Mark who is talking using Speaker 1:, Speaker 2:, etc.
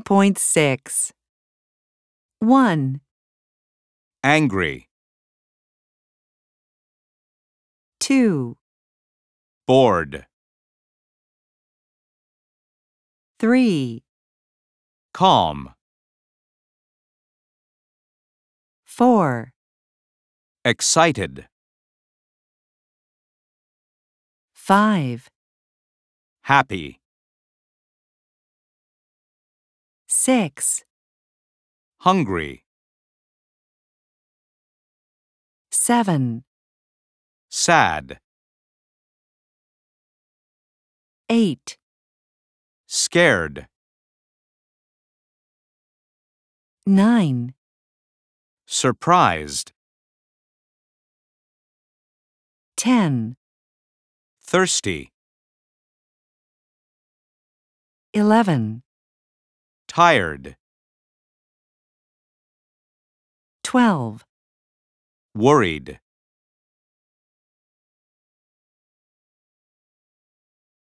Speaker 1: 9.6 1,
Speaker 2: angry,
Speaker 1: 2,
Speaker 2: bored,
Speaker 1: 3,
Speaker 2: calm,
Speaker 1: 4,
Speaker 2: excited,
Speaker 1: 5,
Speaker 2: happy,
Speaker 1: 6,
Speaker 2: hungry,
Speaker 1: 7,
Speaker 2: sad,
Speaker 1: 8,
Speaker 2: scared,
Speaker 1: 9,
Speaker 2: surprised,
Speaker 1: 10,
Speaker 2: thirsty,
Speaker 1: 11,
Speaker 2: tired,
Speaker 1: 12.
Speaker 2: worried.